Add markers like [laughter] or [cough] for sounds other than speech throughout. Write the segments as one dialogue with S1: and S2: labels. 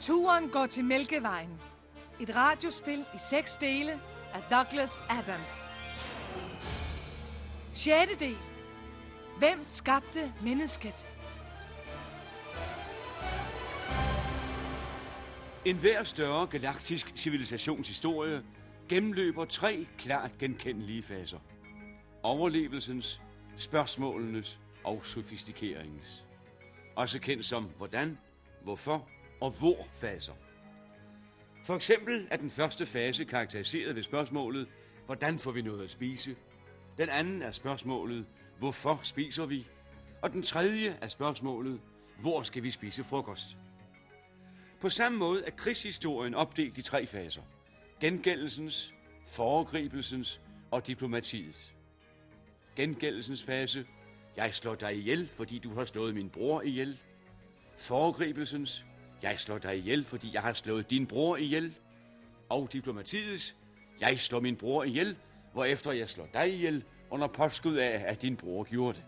S1: Turen går til Mælkevejen. Et radiospil i seks dele af Douglas Adams. 6. del. Hvem skabte mennesket?
S2: En hver større galaktisk civilisations historie gennemløber tre klart genkendelige faser. Overlevelsens, spørgsmålenes og sofistikeringens. Også kendt som hvordan, hvorfor og hvor faser. For eksempel er den første fase karakteriseret ved spørgsmålet, hvordan får vi noget at spise? Den anden er spørgsmålet, hvorfor spiser vi? Og den tredje er spørgsmålet, hvor skal vi spise frokost? På samme måde er krigshistorien opdelt i tre faser. Gengældelsens, foregribelsens og diplomatiets. Gengældelsens fase. Jeg slår dig ihjel, fordi du har slået min bror ihjel. Foregribelsens. Jeg slår dig ihjel, fordi jeg har slået din bror ihjel. Og diplomatiets. Jeg slår min bror ihjel, hvorefter jeg slår dig ihjel, under påskud af, at din bror gjorde det.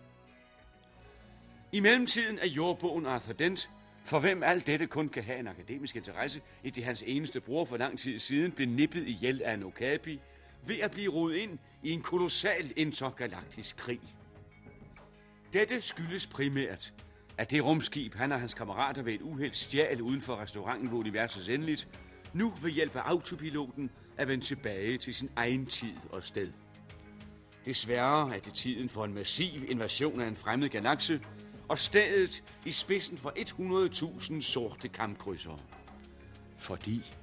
S2: I mellemtiden er jordbogen Arthur Dent, for hvem alt dette kun kan have en akademisk interesse, i det hans eneste bror for lang tid siden blev nippet ihjel af en okapi, ved at blive rodet ind i en kolossal intergalaktisk krig. Dette skyldes primært, at det rumskib, han og hans kammerater ved et uheld stjal uden for restauranten ved universets endeligt, nu ved hjælp af autopiloten er vendt tilbage til sin egen tid og sted. Desværre er det tiden for en massiv invasion af en fremmed galakse, og stedet i spidsen for 100.000 sorte kampkrydsere. Fordi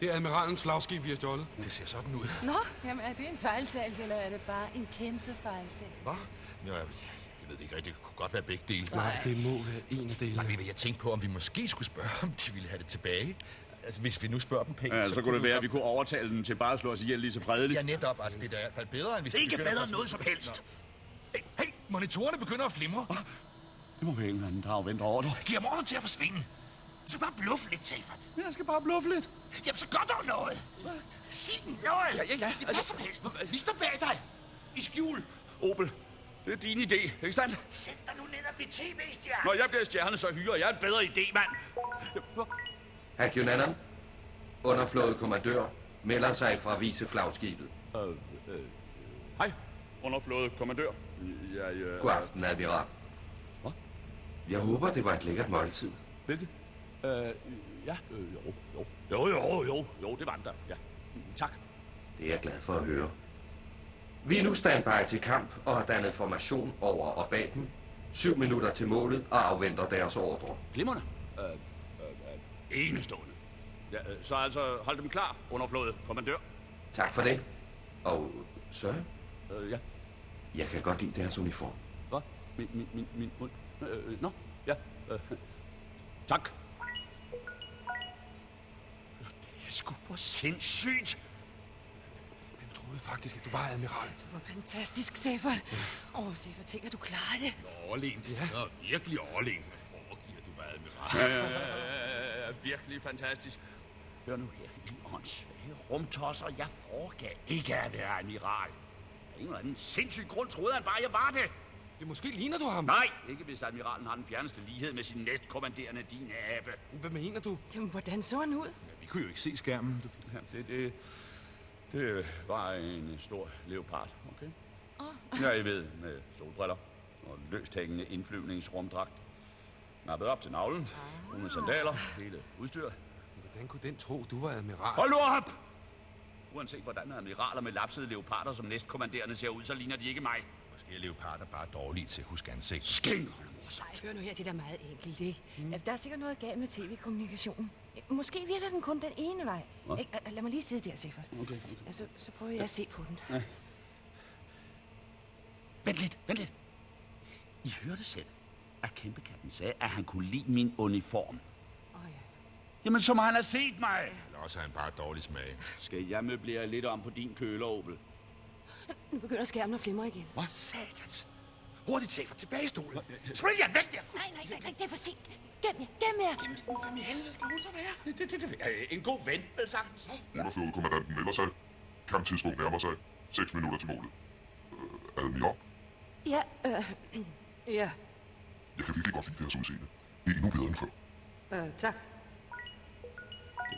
S3: Det er admiralens flagskib, vi har stjålet. Det ser sådan ud.
S4: Nå, jamen er det en fejltagelse, eller er det bare en kæmpe fejltagelse?
S5: Hvad? Nå, jeg, jeg ved det ikke rigtigt. Det kunne godt være begge dele.
S3: Nej, det må være en af delene.
S5: Nej, men jeg tænkte på, om vi måske skulle spørge, om de ville have det tilbage. Altså, hvis vi nu spørger dem pænt,
S6: Ja, så kunne det være, at vi kunne overtale dem til bare at slå os ihjel lige så fredeligt.
S5: Ja, netop. Altså, det er da i hvert fald bedre, end hvis
S7: Det er
S5: de
S7: ikke
S5: begynder
S7: bedre
S5: at-
S7: end noget som helst.
S5: Hey, hey, monitorerne begynder at flimre.
S6: Det må være en eller anden, der afventer ordre.
S7: Giv ham ordre til at forsvinde. Du skal bare bluffe lidt, Seyfert.
S6: Jeg skal bare bluffe lidt.
S7: Jamen, så gør dog noget. Sig noget.
S6: Ja, ja, ja.
S7: Det er hvad som helst. Vi står bag dig. I skjul.
S6: Opel, det er din idé, ikke sandt?
S7: Sæt dig nu ned og bliv tv-stjerne.
S6: Når jeg bliver stjerne, så hyrer jeg en bedre idé, mand. Øh,
S8: Hakionanan, underflåde kommandør, melder sig fra viceflagskibet.
S6: øh, Hej, underflåde kommandør. Jeg, øh...
S8: God aften, admiral.
S6: Hvad?
S8: Jeg håber, det var et lækkert måltid.
S6: Hvilket? Øh, ja, øh, jo, jo. Jo, jo, jo, jo, det var den der. Ja, Mm, tak.
S8: Det er jeg glad for at høre. Vi er nu standby til kamp og har dannet formation over og bag dem. Syv minutter til målet og afventer deres ordre.
S6: Glimmerne. Øh, øh, øh, enestående. Ja, øh, så altså, hold dem klar, underflåde kommandør.
S8: Tak for det. Og så,
S6: Øh, ja.
S8: jeg kan godt lide deres uniform.
S6: Hvad? Min, min, min, min mund? Øh, øh, nå, ja. Øh, [laughs] tak.
S7: Det er sgu for sindssygt.
S3: Jeg troede faktisk, at du var admiral.
S4: Hvor fantastisk, Sefert. Åh, oh, Sefert, tænk, at du klarer det.
S5: Overlegen, det er virkelig overlegen. Hvad foregiver du, hvad admiral?
S6: Ja, ja, ja, ja, ja, ja, virkelig fantastisk. Hør nu her, I åndssvage rumtosser. Jeg foregav ikke at være admiral. Af en eller anden sindssyg grund troede han bare, jeg var det.
S3: Det måske ligner du ham.
S6: Nej, ikke hvis admiralen har den fjerneste lighed med sin næstkommanderende, din abe.
S3: Hvad mener du?
S4: Jamen, hvordan så han ud?
S5: Vi kunne jo ikke se skærmen. Du-
S6: Ja, det, det, det var en stor leopard, okay? Oh. Ja, I ved, med solbriller og løstækkende indflyvningsrumdragt. Nappet op til navlen, brune sandaler, hele udstyret.
S3: Hvordan kunne den tro, du var admiral?
S6: Hold nu op! Uanset hvordan admiraler med lapsede leoparder som næstkommanderende ser ud, så ligner de ikke mig.
S5: Måske er leoparder bare dårlige til at huske ansigt.
S6: Skæng, hun er morsom.
S4: Nej, hør nu her, det er da meget enkelt, ikke? Mm. Der er sikkert noget galt med tv-kommunikationen. Måske virker den kun den ene vej. Ikke? Al- Lad mig lige sidde der, Sefert. Okay, okay. Ja, så, så prøver jeg at se på den. [laughs] Ja.
S6: Vent lidt, vent lidt. I hørte selv, at kæmpekatten sagde, at han kunne lide min uniform.
S4: Oh, ja.
S6: Jamen, som han har set mig!
S5: Eller også har han bare dårlig smag.
S6: Skal jeg møblere lidt om på din køler, Opel?
S4: Nu begynder skærmen at flimre igen.
S6: Hvad?
S7: Satans. Hurtigt, Seyfert. Tilbage i stolen. Spring jer væk derfra.
S4: Nej, nej, nej, nej, det er for sent. Gem jer, gem jer.
S7: Hvem i helvede skal hun så være?
S6: Det, det, det, øh, en god ven, vel sagtens.
S9: Underflåde kommandanten melder sig. Kamptidspunkt nærmer sig. 6 minutter til målet. Øh, admiral,
S4: Ja, øh, [clears throat] ja,
S9: jeg kan virkelig godt lide deres udseende. Det er endnu bedre end før.
S4: øh, tak.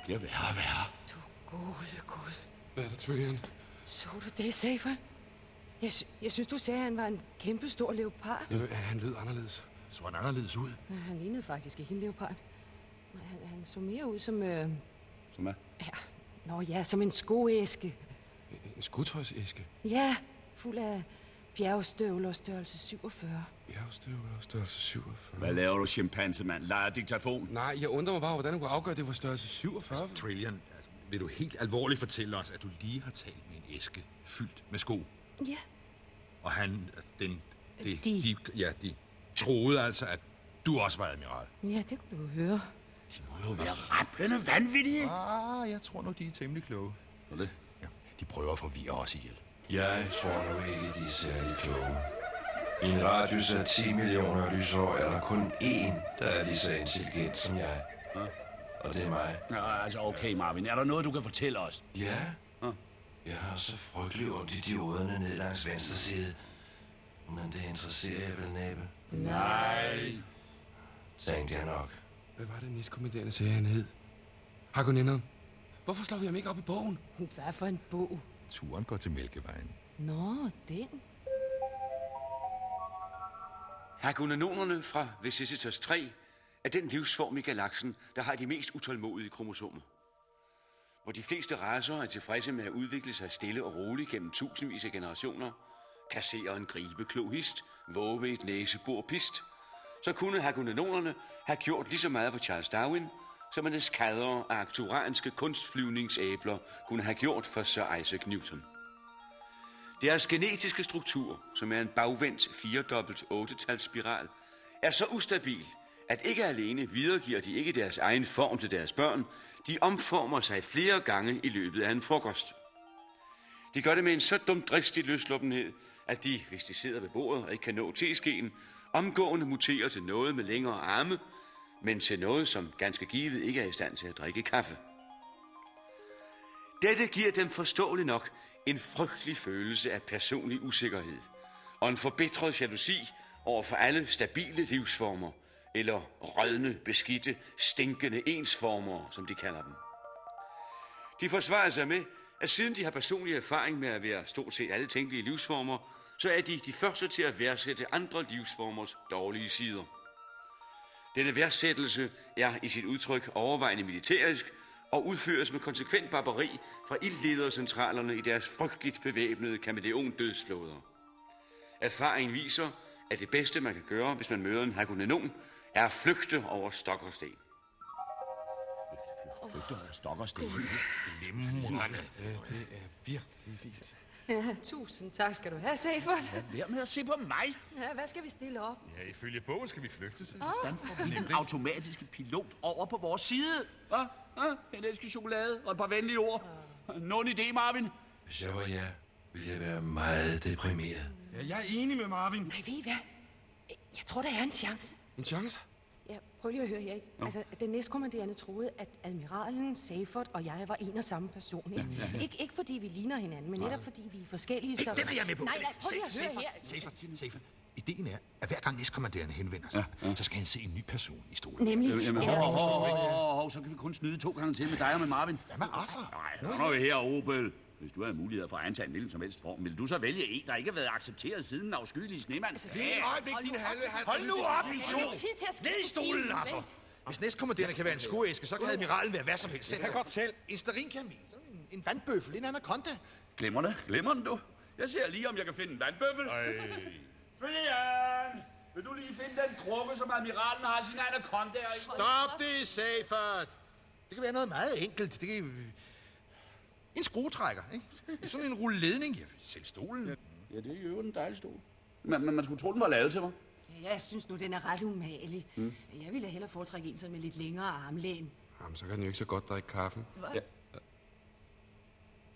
S6: bliver værre og værre.
S4: Du gode gud.
S3: Hvad er der, Trillian?
S4: Så du det, Safer? Jeg, sy- jeg synes, du sagde, at han var en kæmpe stor leopard.
S3: Jeg ved, at Øh, han lød anderledes.
S5: Så han anderledes ud.
S4: Men han lignede faktisk ikke en leopard. Nej, han, han så mere ud som... Øh...
S6: Som er?
S4: Ja. Nå ja, som en skoæske.
S3: En- En skudtøjsæske.
S4: Ja, fuld af bjergstøvler størrelse 47.
S3: Bjergstøvler, størrelse 47.
S6: Hvad laver du, chimpansemand? Leger diktafon?
S3: Nej, jeg undrer mig bare, hvordan hun kunne afgøre, at det var størrelse 47.
S5: Trillian, altså, vil du helt alvorligt fortælle os, at du lige har talt med en æske fyldt med sko?
S4: Ja,
S5: Og han, altså, den, det,
S4: De.
S5: ja, de troede altså, at du også var admiral.
S4: ja det kunne du høre.
S6: Den er vanvittig!
S5: Ah, jeg tror nu, de er temmelig kloge.
S6: Og det?
S5: Ja, de prøver at forvirre os ihjel.
S10: Jeg tror nu ikke, de er særlig kloge. I en radius af 10 millioner lysår er der kun én, der er lige så intelligent som jeg. Og det er mig.
S6: Nå, altså okay, Marvin. Er der noget, du kan fortælle os?
S10: Ja. Jeg har så frygtelig ondt i dioderne ned langs venstre side. Men det interesserer jeg vel, næppe? Nej. Tænkte jeg nok.
S3: Hvad var det, næstkommanderende sagde, han hed? Hakonineren. Hvorfor slår vi ham ikke op i bogen?
S4: Hvad for en bog?
S5: Turen går til Mælkevejen.
S4: Nå, den.
S2: Hakonanonerne fra Vicisitas 3 er den livsform i galaksen, der har de mest utålmodige kromosomer. Hvor de fleste raser er tilfredse med at udvikle sig stille og roligt gennem tusindvis af generationer, kasserer en gribe klohist, våge et næsebor pist, så kunne hakonanonerne have gjort lige så meget for Charles Darwin, som en eskadre af akturanske kunstflyvningsæbler kunne have gjort for Sir Isaac Newton. Deres genetiske struktur, som er en bagvendt 4-dobbelt 8-tals-spiral, er så ustabil, at ikke alene videregiver de ikke deres egen form til deres børn, de omformer sig flere gange i løbet af en frokost. De gør det med en så dum dristig løsluppenhed, at de, hvis de sidder ved bordet og ikke kan nå teskeen, omgående muterer til noget med længere arme, men til noget, som ganske givet ikke er i stand til at drikke kaffe. Dette giver dem forståeligt nok en frygtelig følelse af personlig usikkerhed og en forbitret jalousi over for alle stabile livsformer, eller rødne, beskidte, stinkende ensformer, som de kalder dem. De forsvarer sig med, at siden de har personlig erfaring med at være stort set alle tænkelige livsformer, så er de de første til at værdsætte andre livsformers dårlige sider. Denne værdsættelse er i sit udtryk overvejende militærisk og udføres med konsekvent barbari fra ildledercentralerne i deres frygteligt bevæbnede kameleon dødsflåder. Erfaringen viser, at det bedste man kan gøre, hvis man møder en hakonanon, er at flygte over stok og sten.
S6: Stokker stille.
S5: Limrende.
S3: Det er virkelig fint.
S4: Ja, tusind tak skal du have, Seifert.
S6: Vær med at se på mig.
S4: Ja, hvad skal vi stille op?
S5: Ja, ifølge bogen skal vi flygte. Så.
S6: Hvordan får vi den automatiske pilot over på vores side? Hvad? Hva? En æske chokolade og et par venlige ord. Nogen idé, Marvin?
S10: Hvis jeg var jer, ville jeg være meget deprimeret.
S3: Ja, jeg er enig med Marvin.
S4: Nej, ved I hvad? Jeg tror, der er en chance.
S3: En chance?
S4: Ja, prøv lige at høre her, ikke? Altså, den næstkommanderende troede, at admiralen, Seifert og jeg var en og samme person, ikke? Ja, ja, ja. Ikke, ikke fordi vi ligner hinanden, men netop fordi vi er forskellige, så...
S5: Den er jeg med på.
S4: Nej,
S5: Den er-
S4: nej, prøv lige at
S5: Safer,
S4: høre her.
S5: Safer, Safer. Ideen er, at hver gang næstkommanderende henvender sig, så skal han se en ny person i stolen.
S4: Nemlig...
S6: Jamen, hov,
S4: eller-
S6: hov, hov, hov, hov, så kan vi kun snyde to gange til med dig og med Marvin.
S5: Hvad med Arthur?
S6: Nej, nu er vi her, Opel. Hvis du havde mulighed for at antage en hvilken som helst form, ville du så vælge en, der ikke har været accepteret siden den afskyelige snemand?
S5: Det er Altså, et øjeblik, din halve Hold nu op, I to!
S4: Ja, det er tid til at
S5: Ned i
S4: skifte
S5: stolen,
S4: stil,
S5: Arthur! Hvis næstkommanderende kan være en skoæske, så kan admiralen være hvad som helst selv. Jeg kan godt selv. En sterinkamin, sådan en, en vandbøffel, en anaconda.
S6: Glemmer det? Glemmer den, du? Jeg ser lige, om jeg kan finde en vandbøffel. Trillian! Vil du lige finde den krukke, som admiralen har sin anaconda i?
S5: Stop det, Seifert! Det kan være noget meget enkelt. Det kan... En skruetrækker, ikke? Sådan en rulledning. Ja, selv stolen.
S6: Ja, det er jo en dejlig stol. Men, men man skulle tro, den var lavet til mig.
S4: Ja, jeg synes nu, den er ret umagelig. Mm. Jeg ville hellere foretrække en sådan med lidt længere armlæn.
S3: Jamen, så kan den jo ikke så godt drikke kaffen.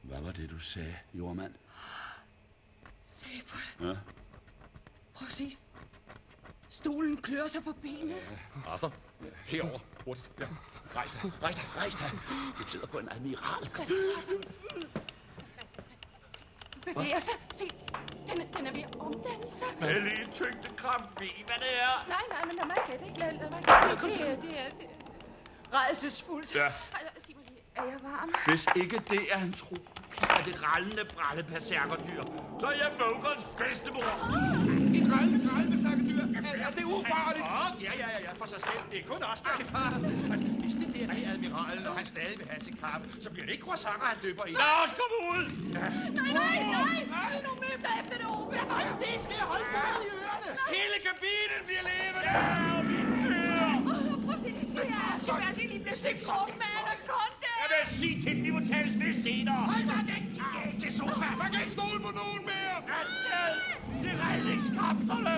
S6: Hvad var det, du sagde, jordmand?
S4: Seifert,
S6: Ja.
S4: prøv at se. Stolen klør sig på benene.
S6: Arthur? Herover. Hurtigt. Ja. Rejs dig, rejs dig, rejs dig. Du sidder på en admiral.
S4: Bevæger sig. Se, den, er- den er ved at omdanne sig.
S6: Med lige tyngdekraft ved, I, hvad det er.
S4: Nej, nej, men lad mig gætte, ikke? Lad, lad mig gætte. Det, er- det, er, det er rædselsfuldt.
S6: Ja.
S4: Ej, sig mig lige,
S11: Er jeg varm?
S6: Hvis ikke det er en tro af det rallende, bralle perserkerdyr, så er jeg Vågerens bedstemor.
S3: Et rallende, rallende snakkedyr. Er, er det ufarligt?
S5: Ja, ja, ja, ja, for sig selv. Det er kun os, der er i far. Altså, hvis det der det er admiralen, og han stadig vil have sin kaffe, så bliver det ikke croissanter, han døber i.
S6: Lad os komme ud!
S4: Nej, nej, nej! Skyd nu møbler efter det, Ove! Hold det, skal jeg holde på i ørerne!
S6: Hele kabinen bliver levende!
S4: Prøv at se, det her er så mærkeligt lige blevet set kort med anaconda!
S6: Jeg vil sige til dem, vi må tale sådan lidt senere.
S4: Hold da væk, din ægle sofa!
S6: Man kan ikke stole på nogen mere! Afsted til redningskræfterne!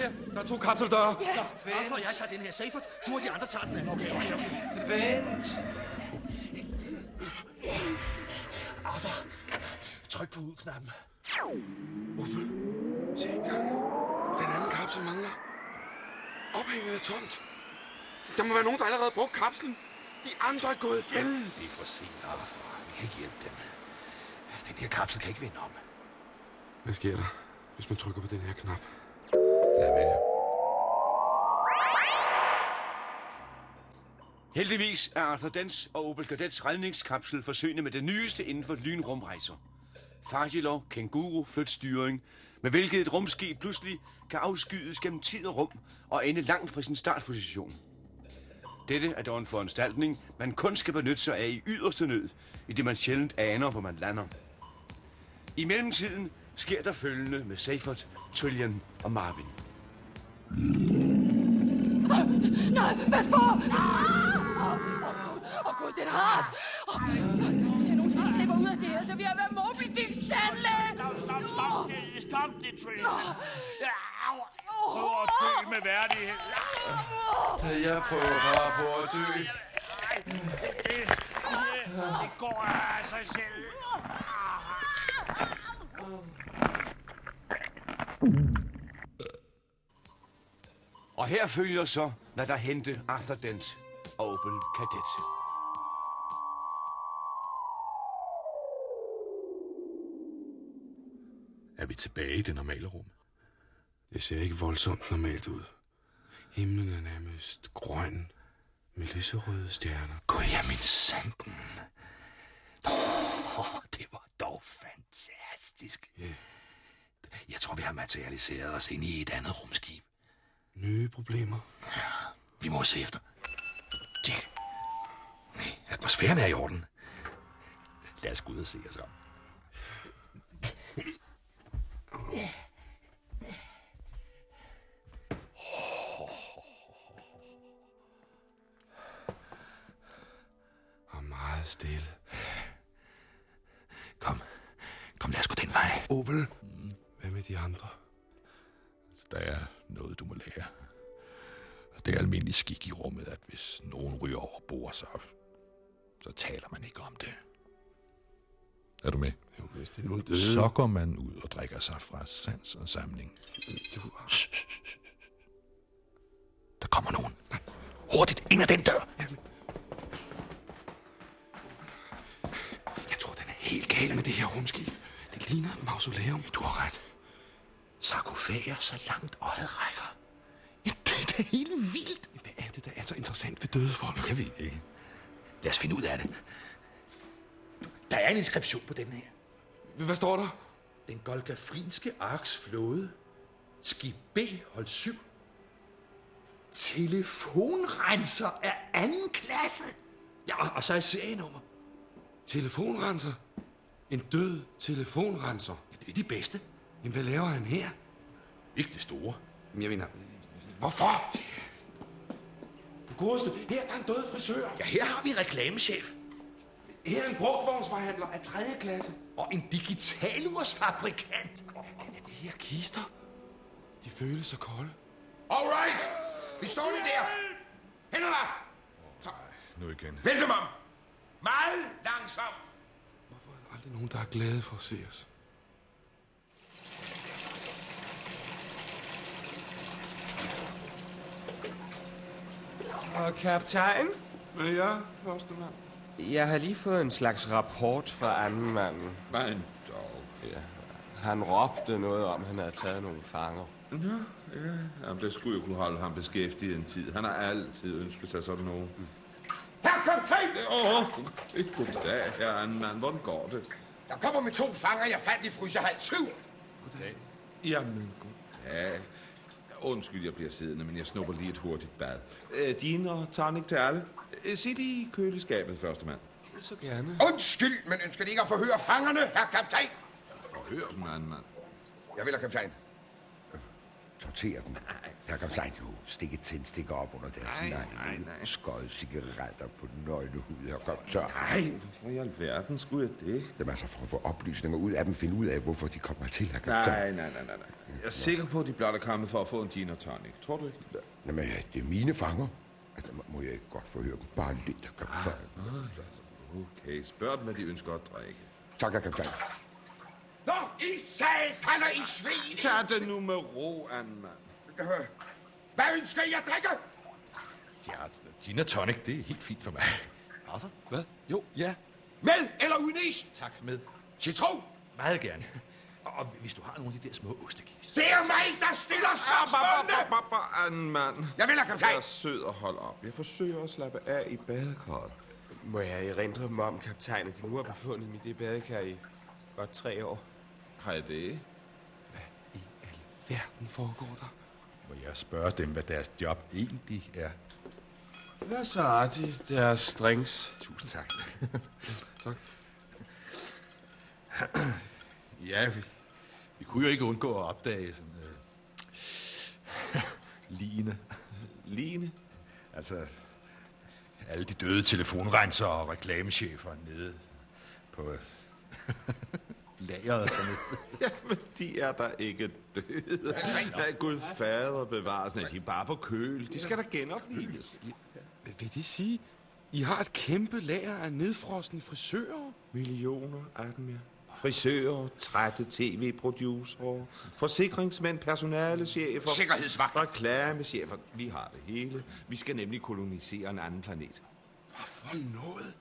S12: Her, der er to kapseldøre.
S5: Ja, Oslo, jeg tager den her Seifert. Du og de andre tager den anden. Okay, okay, okay.
S13: Vent.
S5: Oslo, tryk på udknappen. Uffe, se engang.
S12: Den anden kapsel mangler. Ophænget er tomt. Der må være nogen, der allerede har brugt kapslen. De andre er gået i fælden.
S5: Det er for sent, Oslo. Vi kan ikke hjælpe dem. Den her kapsel kan ikke vende om.
S12: Hvad sker der, hvis man trykker på den her knap?
S5: Lad være.
S2: Heldigvis er Arthur Dens og Opel Kadets redningskapsel forsøgende med det nyeste inden for lynrumrejser. Fasilov Kanguru flytstyring, med hvilket et rumskib pludselig kan afskydes gennem tid og rum og ende langt fra sin startposition. Dette er dog en foranstaltning, man kun skal benytte sig af i yderste nød, i det man sjældent aner, hvor man lander. I mellemtiden sker der følgende med Seifert, Trillian og Marvin.
S4: Åh, Nej, pas på! Åh, Åh, Gud, åh, Gud, den ras! Åh, Hvis jeg nogensinde slipper ud af det her, så vil jeg være Moby Dick Sandland!
S6: Stop, stop, stop det, stop det, Trillian. Au, Prøv at dø med værdighed.
S13: Jeg prøver bare på at dø.
S6: Det, det går af sig selv.
S2: Og her følger så, hvad der hente Arthur Dent og Opel Kadet.
S5: Er vi tilbage i det normale rum?
S12: Det ser ikke voldsomt normalt ud. Himlen er nærmest grøn med lyserøde stjerner.
S3: Gud, ja, min sanden. Oh, det var dog fantastisk.
S12: Ja,
S3: Jeg tror, vi har materialiseret os ind i et andet rumskib.
S12: nye problemer.
S3: Vi må se efter. Tjek. Nej, atmosfæren er i orden. Lad os gå ud og se os om.
S12: Og meget stille.
S3: Kom. Kom, lad os gå den vej.
S5: Opel,
S12: Hvad med de andre?
S5: der er noget, du må lære. Det er almindelig skik i rummet, at hvis nogen ryger over bord, så, så taler man ikke om det. Er du med?
S12: Jo, hvis det nu er døde.
S5: Så går man ud og drikker sig fra sans og samling.
S12: Du,
S3: Der kommer nogen. Hurtigt, ind ad den dør.
S12: jeg tror, den er helt gal med det her rumskib. Det ligner et mausoleum. Du har ret.
S3: Sarkofager så langt øjet rækker. Ja, Det er da helt vildt.
S12: Hvad er det, der er så interessant ved døde folk?
S3: Jeg ved ikke. Lad os finde ud af det.
S5: Der er en inskription på den her.
S12: Hvad står der?
S5: Den golgafrinske arks flåde. Skib B, hold 7.
S3: Telefonrenser af anden klasse.
S5: Ja, og- og så er serienummer.
S12: Telefonrenser. En død telefonrenser.
S5: Ja, det er de bedste.
S12: Jamen, hvad laver han her?
S5: Ikke det store.
S12: Jamen, Jeg mener, hvorfor? Du godeste, her der er en død frisør.
S5: Ja, her har vi reklameschef.
S12: Her er en brugtvognsforhandler af 3. klasse.
S5: Og en digitalursfabrikant.
S12: Er det her kister? De føles så kolde.
S5: Alright! Vi står lige der. Hænderne op!
S13: Nu igen.
S5: Vælg dem om. Meget langsomt.
S12: Hvorfor er der aldrig nogen, der er glade for at se os?
S14: Og kaptajn,
S12: Ja, første mand.
S14: jeg har lige fået en slags rapport fra anden manden.
S13: Men dog.
S14: Han råbte noget om, at han havde taget nogle fanger. Nå, ja. Jamen, der skulle jo kunne holde ham beskæftiget en tid. Han har altid ønsket sig sådan noget.
S3: Herr kaptajn!
S14: Åh, ikke goddag, herre anden mand. Hvordan går det?
S3: Jeg kommer med to fanger, jeg fandt i fryserhal 7.
S14: Goddag. Jamen, goddag. Undskyld, jeg bliver siddende, men jeg snupper lige et hurtigt bad. Øh, gin og tonic til alle. Øh, Sig det i køleskabet, første mand.
S3: Så gerne. Undskyld, men ønsker de ikke at forhøre fangerne, herr kaptajn?
S14: Forhør dem, anden mand.
S3: Jeg vil, herr kaptajn.
S15: Torter dem. Der kom sig nu. Stik et tændstikker op under deres nej, nej, nej. Skøjet cigaretter på den nøgne hud og kom tør.
S14: Nej, hvorfor i alverden skulle jeg det?
S15: Dem er så for at få oplysninger ud af dem, finde ud af, hvorfor de kommer til at
S14: Nej, nej, nej, nej, nej. Jeg er sikker på, at de blot er kommet for at få en gin og tonic. Tror du ikke?
S15: Jamen, ja, det er mine fanger. Altså, må- må jeg ikke godt forhøre dem? Bare lidt, der
S14: Ah.
S15: kom tør.
S14: Åh, altså, Okay, spørg dem, hvad de ønsker at drikke.
S15: Tak, jeg kan tage.
S3: Nå, I satan og I svin!
S14: Tag det nu med ro, anden mand.
S3: Hvad ønsker I at drikke?
S5: Ja, altså, gin og tonic, det er helt fint for mig. Arthur? Altså, Hvad? Jo, ja.
S3: Med eller uden is?
S5: Tak, med.
S3: Citron?
S5: Meget gerne. Og, og hvis du har nogle af de der små ostekis.
S3: Det er mig, der stiller spørgsmålene!
S14: Anden mand.
S3: Jeg vil have kaptajn.
S14: Jeg er sød og hold op. Jeg forsøger at slappe af i badekarret.
S2: Må jeg erindre mig om, kaptajn, at de nu har befundet mig i det badekar i godt tre år?
S14: Har jeg det? [laughs]
S5: Hvad i alverden foregår der? Må jeg spørge dem, hvad deres job egentlig er?
S2: Hvad så har de deres drinks?
S5: Tusind tak.
S2: tak.
S5: Ja, vi, vi kunne jo ikke undgå at opdage sådan... Øh, [laughs] ligene.
S14: Ligene?
S5: Altså, alle de døde telefonrenser og reklamechefer nede på øh, [laughs] lageret
S14: [laughs]
S5: dernede.
S14: Jamen, de er der ikke døde. Nej, Gud fader bevares. Nej, de er bare på køl. De skal da genopleves.
S12: Vil det sige, I har et kæmpe lager af nedfrosne frisører?
S14: Millioner af dem, ja. Frisører, trætte tv-producerer, forsikringsmænd, personalechefer...
S3: Sikkerhedsvagter.
S14: Reklamechefer. Vi har det hele. Vi skal nemlig kolonisere en anden planet.
S12: For noget.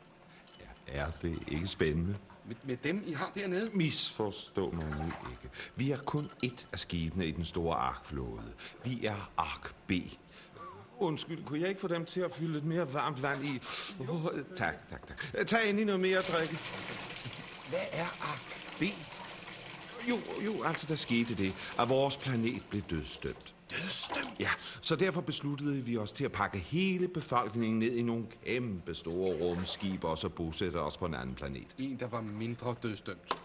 S14: Er det ikke spændende?
S12: Med, med dem, I har dernede?
S14: Misforstå mig nu ikke. Vi er kun et af skibene i den store arkflåde. Vi er ark B. Undskyld, kunne jeg ikke få dem til at fylde lidt mere varmt vand i? Oh, tak, tak, tak. Øh, Tag endelig noget mere at drikke. Hvad er ark B? Jo, jo, altså der skete det, at vores planet blev dødstømt. Dødstømt? Ja, så derfor besluttede vi os til at pakke hele befolkningen ned i nogle kæmpe store rumskibe, og så bosætte os på en anden planet.
S12: En, der var mindre dødsdømt.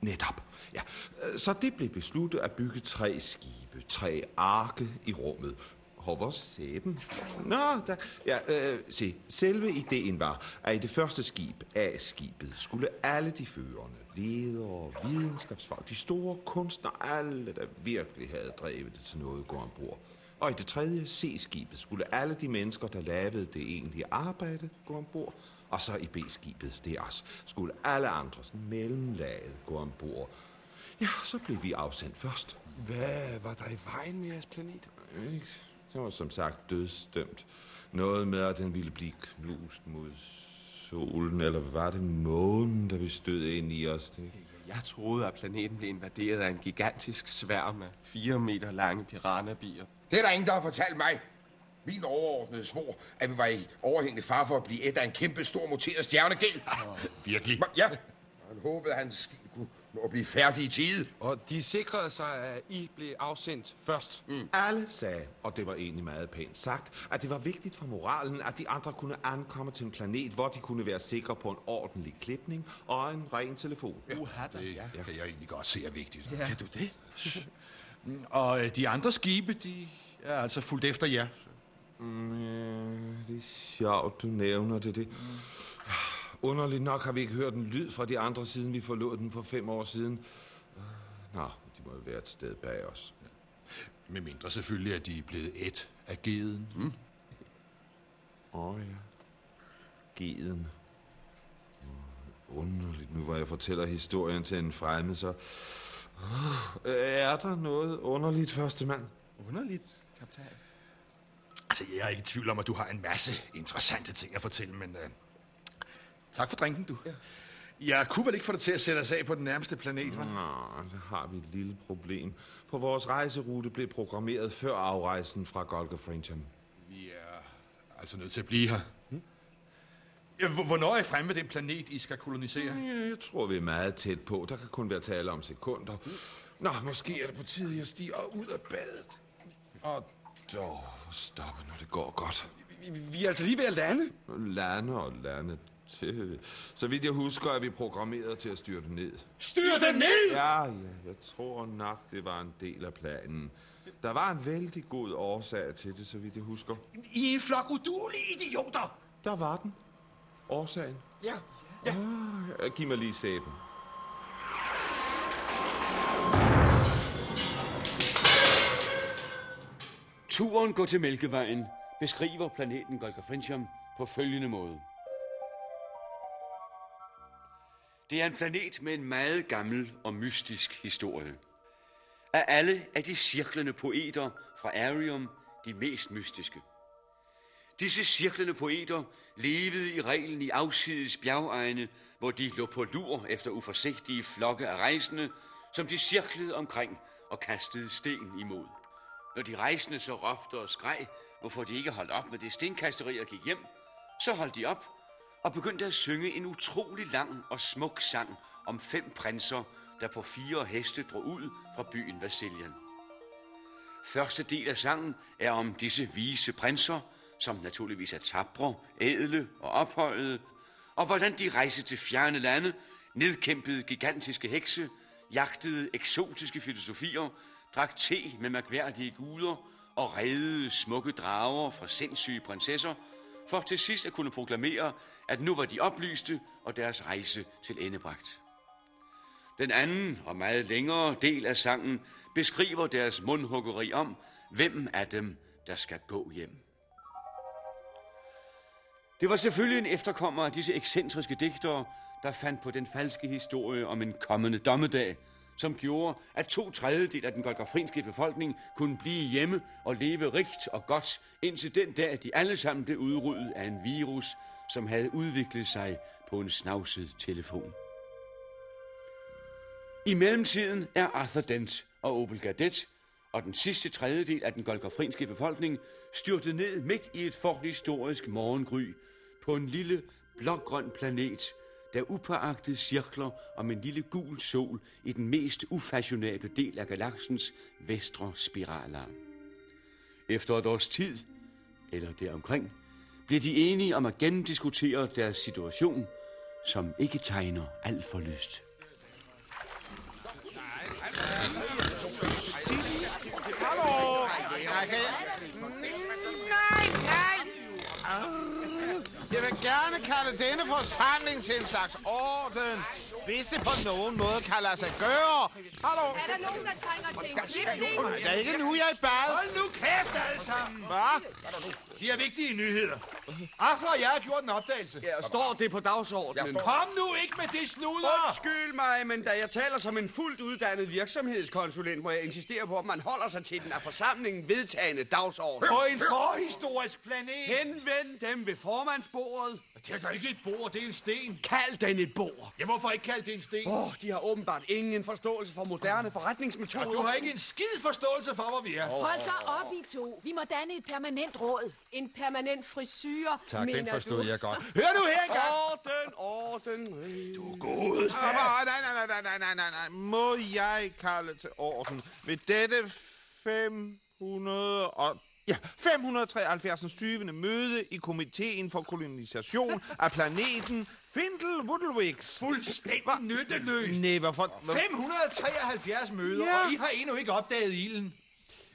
S14: Netop, ja. Øh, Så det blev besluttet at bygge tre skibe, tre arke i rummet. Og hvor sæben? Nå, der, ja, øh, se, selve ideen var, at i det første skib, A-skibet, skulle alle de førende, ledere, videnskabsfolk, de store kunstnere, alle, der virkelig havde drevet det til noget, gå ombord. Og i det tredje C-skibet skulle alle de mennesker, der lavede det egentlige arbejde, gå ombord. Og så i B-skibet, det er os, skulle alle andre sådan mellemlaget gå ombord. Ja, så blev vi afsendt først.
S12: Hvad var der i vejen med jeres planet?
S14: Ikke? Den var som sagt dødsdømt. Noget med, at den ville blive knust mod solen, eller var det månen, der vi stød ind i os? Det?
S2: Jeg troede, at planeten blev invaderet af en gigantisk sværm af fire meter lange piranhabier.
S3: Det er der ingen, der har fortalt mig. Min overordnede svor, at vi var i overhængende far for at blive et af en kæmpe, stor muteret stjerneged.
S5: Virkelig?
S3: Ja. Han håbede, at hans skib kunne nå at blive færdig i tide.
S12: Og de sikrede sig, at I blev afsendt først.
S14: Mm. Alle sagde, og det var egentlig meget pænt sagt, at det var vigtigt for moralen, at de andre kunne ankomme til en planet, hvor de kunne være sikre på en ordentlig klipning og en ren telefon.
S5: Uha, det ja. kan jeg egentlig godt se er vigtigt. Ja. Kan du det? [laughs] og øh, de andre skibe, de er altså fuldt efter jer.
S14: Mm, ja, det er sjovt, du nævner det.
S5: Mm.
S14: det. Underligt nok har vi ikke hørt en lyd fra de andre, siden vi forlod den for fem år siden. Nå, de må jo være et sted bag os.
S5: Med mindre selvfølgelig, at de er blevet et af geden.
S14: Hmm?
S5: Mm.
S14: Åh oh, ja. Geden. Åh, Underligt, nu hvor jeg fortæller historien til en fremmed, så... Øh, Er der noget underligt, første mand?
S2: Underligt, kaptajn.
S5: Altså, jeg er ikke i tvivl om, at du har en masse interessante ting at fortælle, men... Øh, tak for drinken, du. Ja.
S16: Jeg kunne vel ikke få dig til at sætte os af på den nærmeste planet, hva'?
S14: Nå, der har vi et lille problem. For vores rejserute blev programmeret før afrejsen fra Golga Fringham.
S16: Vi er altså nødt til at blive her.
S14: Hmm?
S16: Ja, hv- Hvornår er I fremme ved den planet, I skal kolonisere?
S14: Ja, Jeg tror, vi er meget tæt på. Der kan kun være tale om sekunder. Nå, måske er det på tide, jeg stiger ud af badet. Og dog, stop, når det går godt.
S17: Vi, vi er altså lige ved at lande.
S14: Lande og lande til. Så vidt jeg husker, er vi programmeret til at styre det ned.
S17: Styr den ned!
S14: Ja, ja, jeg tror nok, det var en del af planen. Der var en vældig god årsag til det, så vidt jeg husker.
S17: I er en flok udulige idioter!
S14: Der var den. Årsagen?
S17: Ja.
S14: Ja. Ah, giv mig lige sæben.
S2: Turen går til Mælkevejen beskriver planeten Golgafrintium på følgende måde. Det er en planet med en meget gammel og mystisk historie. Af alle er de cirklende poeter fra Arium de mest mystiske. Disse cirklende poeter levede i reglen i afsides bjergegne, hvor de lå på lur efter uforsigtige flokke af rejsende, som de cirklede omkring og kastede sten imod. Når de rejsende så råbte og skreg, hvorfor de ikke holdt op med det stenkasteri og gik hjem, så holdt de op og begyndte at synge en utrolig lang og smuk sang om fem prinser, der på fire heste drog ud fra byen Vassilien. Første del af sangen er om disse vise prinser, som naturligvis er tabre, ædle og ophøjede, og hvordan de rejste til fjerne lande, nedkæmpede gigantiske hekse, jagtede eksotiske filosofier, drak te med mærkværdige guder og reddede smukke drager fra sindssyge prinsesser, for til sidst at kunne proklamere, at nu var de oplyste og deres rejse til endebragt. Den anden og meget længere del af sangen beskriver deres mundhuggeri om, hvem af dem, der skal gå hjem. Det var selvfølgelig en efterkommer af disse ekscentriske digtere, der fandt på den falske historie om en kommende dommedag, som gjorde, at to tredjedel af den golgafrinske befolkning kunne blive hjemme og leve rigt og godt, indtil den dag, de alle sammen blev udryddet af en virus, som havde udviklet sig på en snavset telefon. I mellemtiden er Arthur Dent og Opel Gadet og den sidste tredjedel af den golgafrinske befolkning styrtet ned midt i et forhistorisk morgengry på en lille blågrøn planet, der upåagtet cirkler om en lille gul sol i den mest ufashionable del af galaksens vestre spiraler. Efter et års tid, eller deromkring, bliver de enige om at gennemdiskutere deres situation, som ikke tegner alt for lyst.
S18: Hallo! Nej, nej! Ah, Jeg vil gerne kalde denne forsamling til en slags orden. Hvis det på nogen måde kan lade sig gøre. Hallo?
S19: Er der nogen, der trænger til en klipning?
S18: Ja, ikke nu, jeg er i bad.
S19: Hold
S18: nu kæft, alle sammen! Hvad? De er vigtige nyheder. Arthur og jeg har gjort en opdagelse. Ja, og står det på dagsordenen? Kom nu ikke med det sludder!
S20: Undskyld mig, men da jeg taler som en fuldt uddannet virksomhedskonsulent, må jeg insistere på, at man holder sig til den af forsamlingen vedtagende dagsorden.
S18: På en forhistorisk planet!
S20: Henvend dem ved formandsbordet.
S18: Det er da ikke et bord, det er en sten.
S20: Kald den et bord.
S18: Ja, hvorfor ikke kalde det en sten?
S20: Åh, oh, de har åbenbart ingen forståelse for moderne forretningsmetoder.
S18: Og du har ikke en skid forståelse for, hvor vi er.
S21: Hold så op, I to. Vi må danne et permanent råd. En permanent frisyre,
S17: Tak, den
S21: mener
S17: forstod
S21: du?
S17: jeg godt.
S18: Hør nu her engang!
S20: Orden, orden. Du er
S14: God, nej, nej, nej, nej, nej, nej, nej, nej. Må jeg kalde til orden ved dette 500 og... Ja, 573. 20. møde i komiteen for kolonisation af planeten Findel Woodlewicks.
S18: Fuldstændig nytteløst.
S14: Nej, hvorfor? hvor-
S18: 573 møder,
S14: Ja.
S18: og I har endnu ikke opdaget ilden.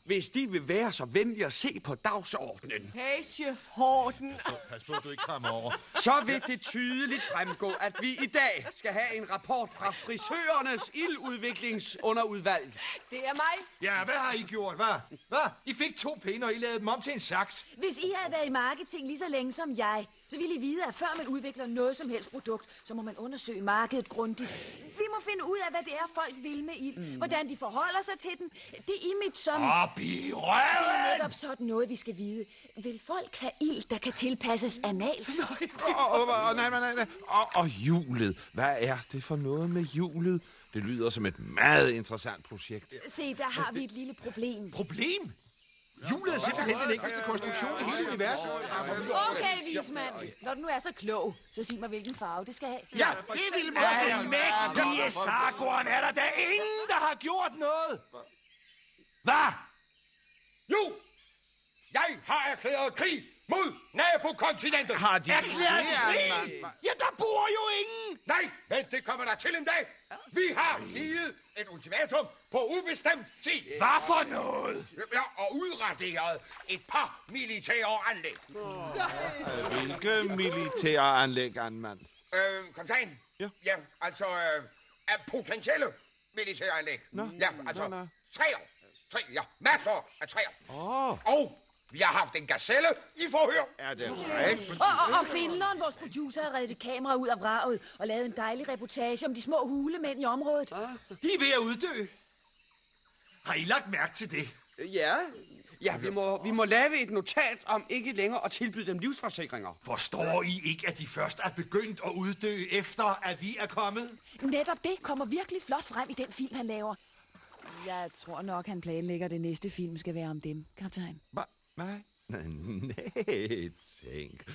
S20: Hvis de vil være så venlige at se på dagsordenen,
S21: Page Horten.
S17: Pas på, du ikke kommer over.
S20: så vil det tydeligt fremgå, at vi i dag skal have en rapport fra frisørernes ildudviklingsunderudvalg.
S21: Det er mig.
S18: Ja, hvad har I gjort, hvad? Hvad? I fik to pinde, og I lavede dem om til en saks.
S21: Hvis I havde været i marketing lige så længe som jeg, Så vil I vide, at før man udvikler noget som helst produkt, så må man undersøge markedet grundigt. Vi må finde ud af, hvad det er, folk vil med ild.
S19: Mm.
S21: Hvordan de forholder sig til den. Det er image som...
S19: Op i røven!
S21: Det er netop sådan noget, vi skal vide. Vil folk have ild, der kan tilpasses analt? Nej.
S14: Åh, oh, oh, nej, nej, nej, nej. Og, og hjulet. Hvad er det for noget med hjulet? Det lyder som et meget interessant projekt.
S21: Se, der har vi et lille problem.
S14: Problem?
S21: Hjulet
S14: er simpelthen den enkleste
S21: konstruktion
S18: i hele universet.
S21: Okay, vismand. Når du nu er så klog, så sig mig, hvilken farve det skal have.
S18: Ja, det ville man Almægtige Sargon, er der da ingen, der har gjort noget?
S3: Hvad? Jo! Jeg har erklæret krig mod nabokontinentet! Har de
S18: Erklæret krig?
S3: Ja, der bor jo ingen! Nej, men det kommer der til en dag! Vi har givet et ultimatum på ubestemt tid!
S18: Hvad for noget?
S3: Ja, og udraderet et par militære anlæg.
S14: Hvilke militære anlæg, Anmand?
S3: Øh, kaptajn? Ja. Ja, altså, øh, af potentielle militæranlæg. Nå. Ja, altså, nå, nå. træer. Træ, ja, masser af træer.
S14: Åh.
S3: Og vi har haft en gazelle i forhør.
S14: Er det
S21: Og, og, og Finland, vores producer, har reddet et kamera ud af vraget og lavet en dejlig reportage om de små hulemænd i området.
S20: De er ved at uddø.
S18: Har I lagt mærke til det?
S20: Ja, ja vi, må, vi må lave et notat om ikke længere at tilbyde dem livsforsikringer.
S18: Forstår I ikke, at de først er begyndt at uddø, efter at vi er kommet?
S21: Netop det kommer virkelig flot frem i den film, han laver. Jeg tror nok, han planlægger, at det næste film skal være om dem, kaptajn.
S14: Nej. [laughs] Nej, tænk.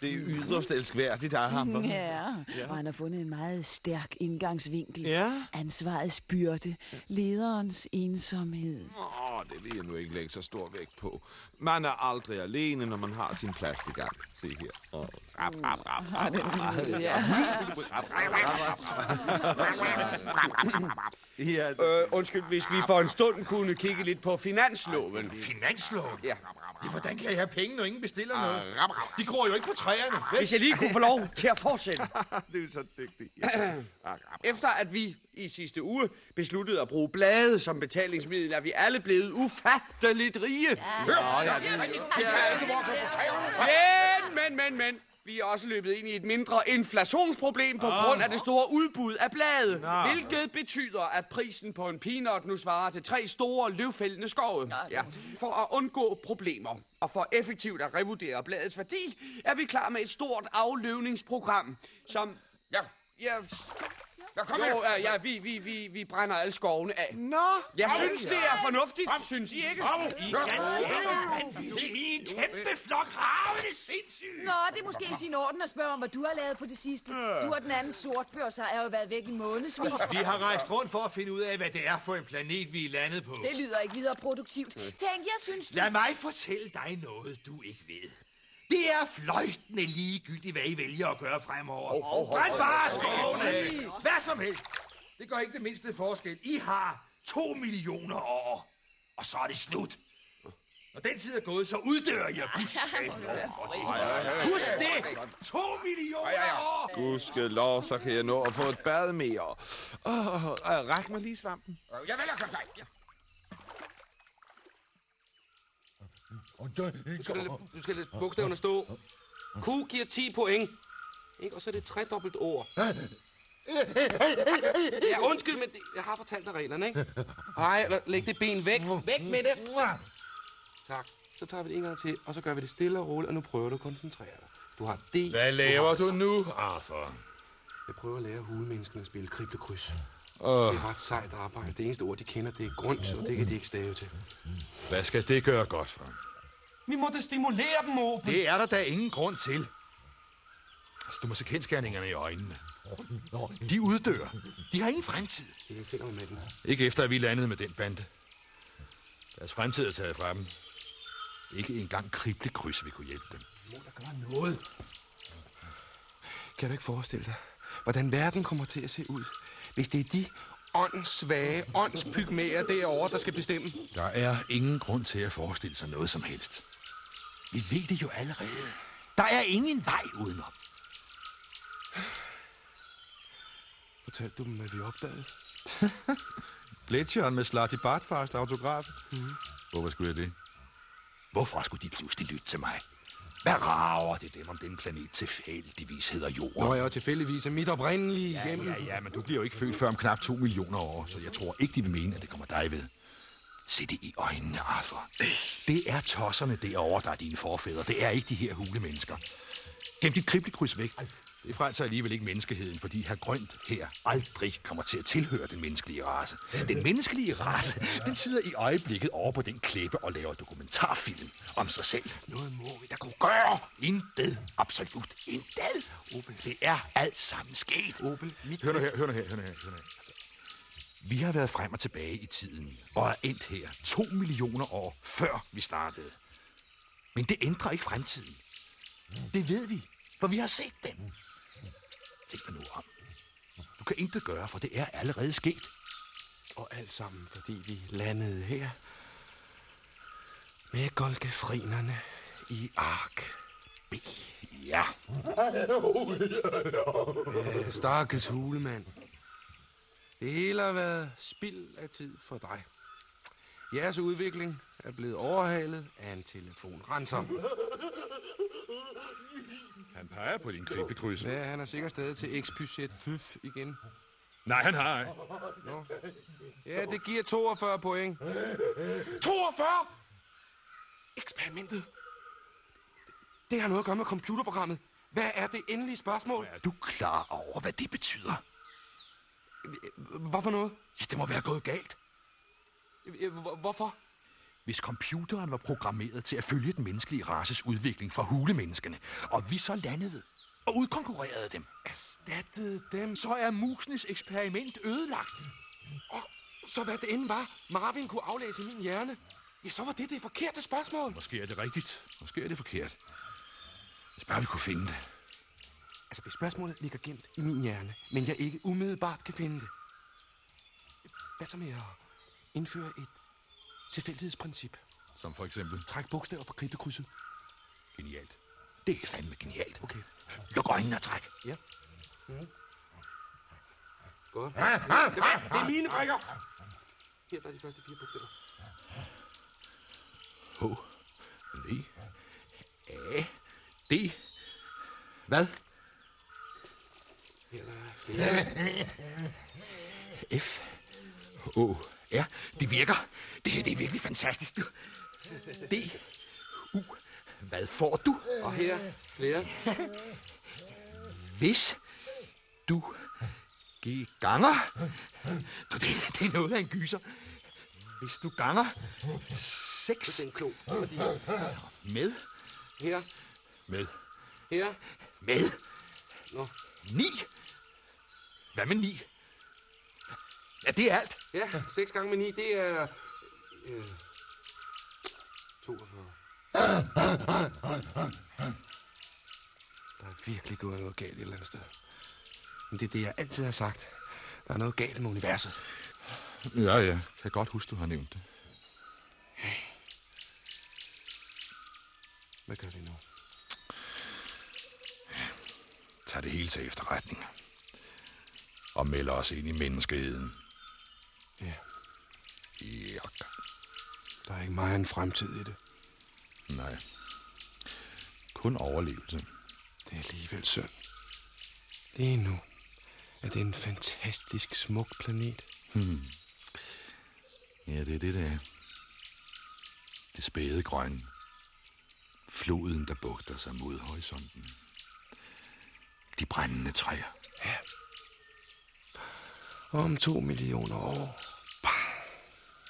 S14: Det er yderst elskværdigt af ham. hva'?
S21: Ja, og han har fundet en meget stærk indgangsvinkel.
S14: Ja.
S21: Ansvarets byrde, lederens ensomhed.
S14: Åh, oh, det vil jeg nu ikke lægge så stor vægt på. Man er aldrig alene, når man har sin plads i gang. Se her. Oh. Rap, rap, rap, rap,
S18: Ah,
S14: rap,
S18: den lyd, ja.
S14: rap,
S20: Ja, øh, undskyld, hvis vi for en stund kunne kigge lidt på finansloven.
S18: Finansloven?
S20: Ja.
S18: Ja, hvordan kan jeg have penge, når ingen bestiller
S20: Ah,
S18: noget? De gror jo ikke på træerne. vel?
S20: Hvis jeg lige kunne få lov til at fortsætte.
S14: [laughs] det er så dygtigt.
S20: [clears throat]
S14: Ah,
S20: Efter at vi i sidste uge besluttede at bruge blade som betalingsmiddel, er vi alle blevet ufatteligt rige. Ja.
S18: Hør, ja,
S20: ja,
S18: det-
S20: Men, men, men, men. Vi er også løbet ind i et mindre inflationsproblem på
S18: Ah.
S20: grund af det store udbud af blade, hvilket betyder, at prisen på en peanut nu svarer til tre store løvfældende skove. Ja. For at undgå problemer og for effektivt at revurdere bladets værdi, er vi klar med et stort afløvningsprogram, som... Ja, ja,
S3: Ja, kom
S20: jo,
S3: her.
S20: øh, ja, vi, vi, vi, vi brænder alle skovene af.
S14: Nå!
S20: Jeg
S18: Au.
S20: synes, det er fornuftigt.
S18: Au.
S20: Synes I ikke?
S18: Au.
S20: I
S18: Ja.
S20: ganske
S18: vanvittige. I er en kæmpe flok rave, det er sindssygt.
S21: Nå, det er måske i sin orden at spørge om, hvad du har lavet på det sidste. Du og den anden sortbørs har jo været væk i månedsvis.
S18: Vi har rejst rundt for at finde ud af, hvad det er for en planet, vi er landet på.
S21: Det lyder ikke videre produktivt. Tænk, jeg synes, du...
S18: Lad mig fortælle dig noget, du ikke ved. Det er fløjtende ligegyldigt, hvad I vælger at gøre fremover. Oh,
S16: hov, hov,
S18: Brænd
S16: hov,
S18: bare
S16: hov,
S18: skovene
S16: hov.
S18: af. Hvad som helst. Det gør ikke det mindste forskel. I har to millioner år, og så er det slut. Når den tid er gået, så uddør jeg. Husk det! To millioner år!
S14: Gudske lov, så kan jeg nå at få et bad mere. Oh, ræk mig lige svampen.
S3: Jeg vælger kaptajn. Ja.
S14: Du skal, lade, du skal lade bogstaverne stå. Q giver 10 point. Ikke? Og så er det tredobbelt ord. Ja, undskyld, men det, jeg har fortalt dig reglerne, ikke? Ej, l- læg det ben væk. Væk med det. Tak. Så tager vi det en gang til, og så gør vi det stille og roligt, og nu prøver du at koncentrere dig. Du har D.
S16: Hvad laver du nu, Arthur?
S14: Jeg prøver at lære hulemenneskene at spille kriblekryds. Uh. Det er ret sejt arbejde. Det eneste ord, de kender, det er grund, og det kan de ikke stave til.
S16: Hvad skal det gøre godt for?
S14: Vi må da stimulere dem, Opel.
S16: Det er der da ingen grund til. Altså, du må se kendskærningerne i øjnene. De uddør. De har ingen fremtid.
S14: Det er tænder med den.
S16: Ikke efter, at vi landede med den bande. Deres fremtid er taget fra dem. Ikke engang krible kryds, vi kunne hjælpe dem.
S14: Noget. Kan du ikke forestille dig, hvordan verden kommer til at se ud, hvis det er de åndssvage åndspygmæer derovre, der skal bestemme?
S16: Der er ingen grund til at forestille sig noget som helst. Vi ved det jo allerede. Der er ingen vej udenom.
S14: Fortalte du dem, hvad vi opdagede?
S16: Gletsjeren med Slati
S14: Mm.
S16: Bartfast autograf. Hvorfor skulle jeg det? Hvorfor skulle de pludselig lytte til mig?
S5: Hvad rager det dem, om den planet tilfældigvis hedder Jorden?
S12: Nå, jeg er tilfældigvis er mit oprindelige
S5: Ja,
S12: hjem.
S5: ja, ja, men du bliver jo ikke født før om knap to millioner år, så jeg tror ikke, de vil mene, at det kommer dig ved. Se det i øjnene, Arthur. Det er tosserne derovre, der er dine forfædre. Det er ikke de her hulemennesker. Gem dit kriblekryds væk. Det frelser alligevel ikke menneskeheden, fordi her grønt her aldrig kommer til at tilhøre den menneskelige race. Den menneskelige race, den sidder i øjeblikket over på den klippe og laver dokumentarfilm om sig selv. Noget må vi da kunne gøre. Intet. Absolut intet. Opel, det er alt sammen sket. Opel, mit... Hør nu her, hør nu her, hør nu her, hør nu her. Altså, vi har været frem og tilbage i tiden, og er endt her to millioner år før vi startede. Men det ændrer ikke fremtiden. Det ved vi, for vi har set den. Tænk dig nu om. Du kan intet gøre, for det er allerede sket.
S12: Og alt sammen, fordi vi landede her med golgafrinerne i Ark B. [laughs]
S5: Ja.
S12: Øh, Stakkels hulemand. Det hele har været spild af tid for dig. Jeres udvikling er blevet overhalet af en telefonrenser.
S5: Han peger på din kriblekryds.
S12: Ja, han er sikkert stadig til XPZ Fyf igen.
S5: Nej, han har ikke.
S12: Nå. Ja, det giver 42 point.
S17: 42! Eksperimentet.
S12: Det har noget at gøre med computerprogrammet. Hvad er det endelige spørgsmål?
S5: Er du klar over, hvad det betyder?
S12: Hvorfor noget? Øh,
S5: Ja, det må være gået galt.
S12: Hvorfor?
S5: Hvis computeren var programmeret til at følge den menneskelige races udvikling fra hulemenneskerne, og vi så landede og udkonkurrerede dem,
S12: erstattede dem,
S5: så er musenes eksperiment ødelagt.
S12: Så hvad det end var, Marvin kunne aflæse i min hjerne, ja, så var det det forkerte spørgsmål.
S5: Måske er det rigtigt, måske er det forkert. Hvis bare vi kunne finde det.
S12: Altså, hvis spørgsmålet ligger gemt i min hjerne, men jeg ikke umiddelbart kan finde det. Hvad så med at indføre et tilfældighedsprincip?
S5: Som for eksempel?
S12: Træk bogstaver fra kriptekrydset.
S5: Genialt. Det er fandme genialt. Okay. Luk øjnene og træk.
S12: Ja. Mm. Godt.
S5: Ah, ah,
S12: Det er- det er mine brikker. Her der er de første fire bogstaver.
S5: H. V. A. D. Hvad?
S12: Her der er flere.
S5: F. Å. R. Det virker. Det her det er virkelig fantastisk. Du. D. U. Hvad får du?
S12: Og her flere.
S5: Hvis du g ganger... Du, det, det er noget af en gyser. Hvis du ganger 6
S12: Den klog. Fordi...
S5: med...
S12: Her.
S5: Med.
S12: Her.
S5: Med.
S12: Nå.
S5: 9. Hvad med 9? Ja, det er alt.
S12: Ja, 6 gange med 9, det er... Øh, 42. Der er virkelig gået noget galt et eller andet sted. Men det er det, jeg altid har sagt. Der er noget galt med universet.
S5: Ja, ja. Kan godt huske, du har nævnt det.
S12: Hvad gør vi nu?
S5: Tag det hele til efterretning. Og meld os ind i menneskeheden.
S12: Ja.
S5: Ja.
S12: Der er ikke meget af en fremtid i det.
S5: Nej. Kun overlevelse.
S12: Det er alligevel synd. Lige nu er det en fantastisk smuk planet.
S5: Hmm. Ja, det er det, det er. Det spæde grønne. Floden, der bugter sig mod horisonten. De brændende træer.
S12: Og om to millioner år, bang,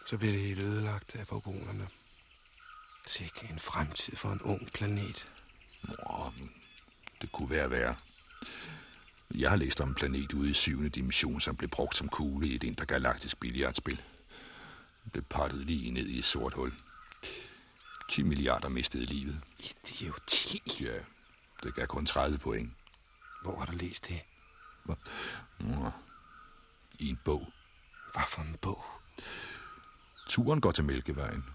S12: så bliver det helt ødelagt af fogonerne. Sikke en fremtid for en ung planet.
S5: Nå, det kunne være værre. Jeg har læst om en planet ude i syvende dimension, som blev brugt som kugle i et intergalaktisk billiardspil. Den blev pakket lige ned i et sort hul. 10 milliarder mistede livet.
S12: Idioti!
S5: Ja, det gav kun 30 point.
S12: Hvor har du læst det?
S5: Hva? Nå, I en bog.
S12: Hvad for en bog?
S5: Turen går til Mælkevejen.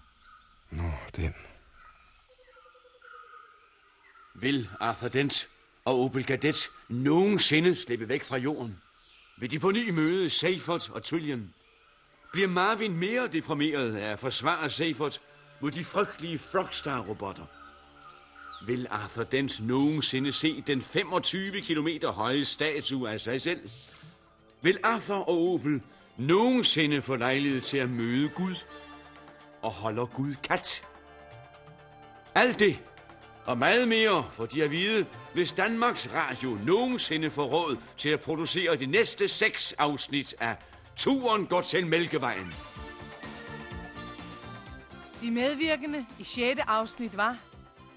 S12: Nå, den.
S2: Vil Arthur Dent og Opel Cadet nogensinde slippe væk fra jorden? Vil de på ny møde Seifert og Trillian? Bliver Marvin mere deprimeret af at forsvare Seifert mod de frygtelige Frogstar-robotter? Vil Arthur Dent nogensinde se den 25 km høje statue af sig selv? Vil Arthur og Opel nogensinde få lejlighed til at møde Gud? Og holder Gud kat? Alt det og meget mere får de at vide, hvis Danmarks Radio nogensinde får råd til at producere de næste seks afsnit af Turen går til Mælkevejen.
S1: De medvirkende i 6. afsnit var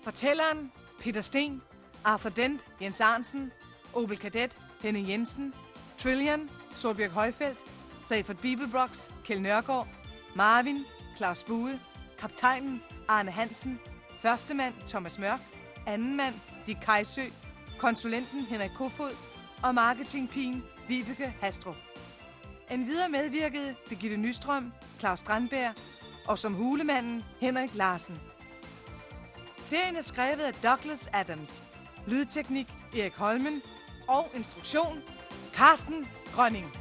S1: Fortælleren, Peter Sten, Arthur Dent, Jens Arnsen, Opel Kadet, Henning Jensen, Trillian, Solbjørg Højfeldt, Stafford Bibelbrox, Kjell Nørgaard, Marvin, Claus Bue, Kaptajnen, Arne Hansen, Førstemand, Thomas Mørk, Andenmand, Dick Kajsø, Konsulenten, Henrik Kofod og Marketingpigen, Vibeke Hastrup. En videre medvirkede Birgitte Nystrøm, Claus Strandberg og som hulemanden Henrik Larsen. Serien er skrevet af Douglas Adams. Lydteknik Erik Holmen og instruktion Carsten Grønning.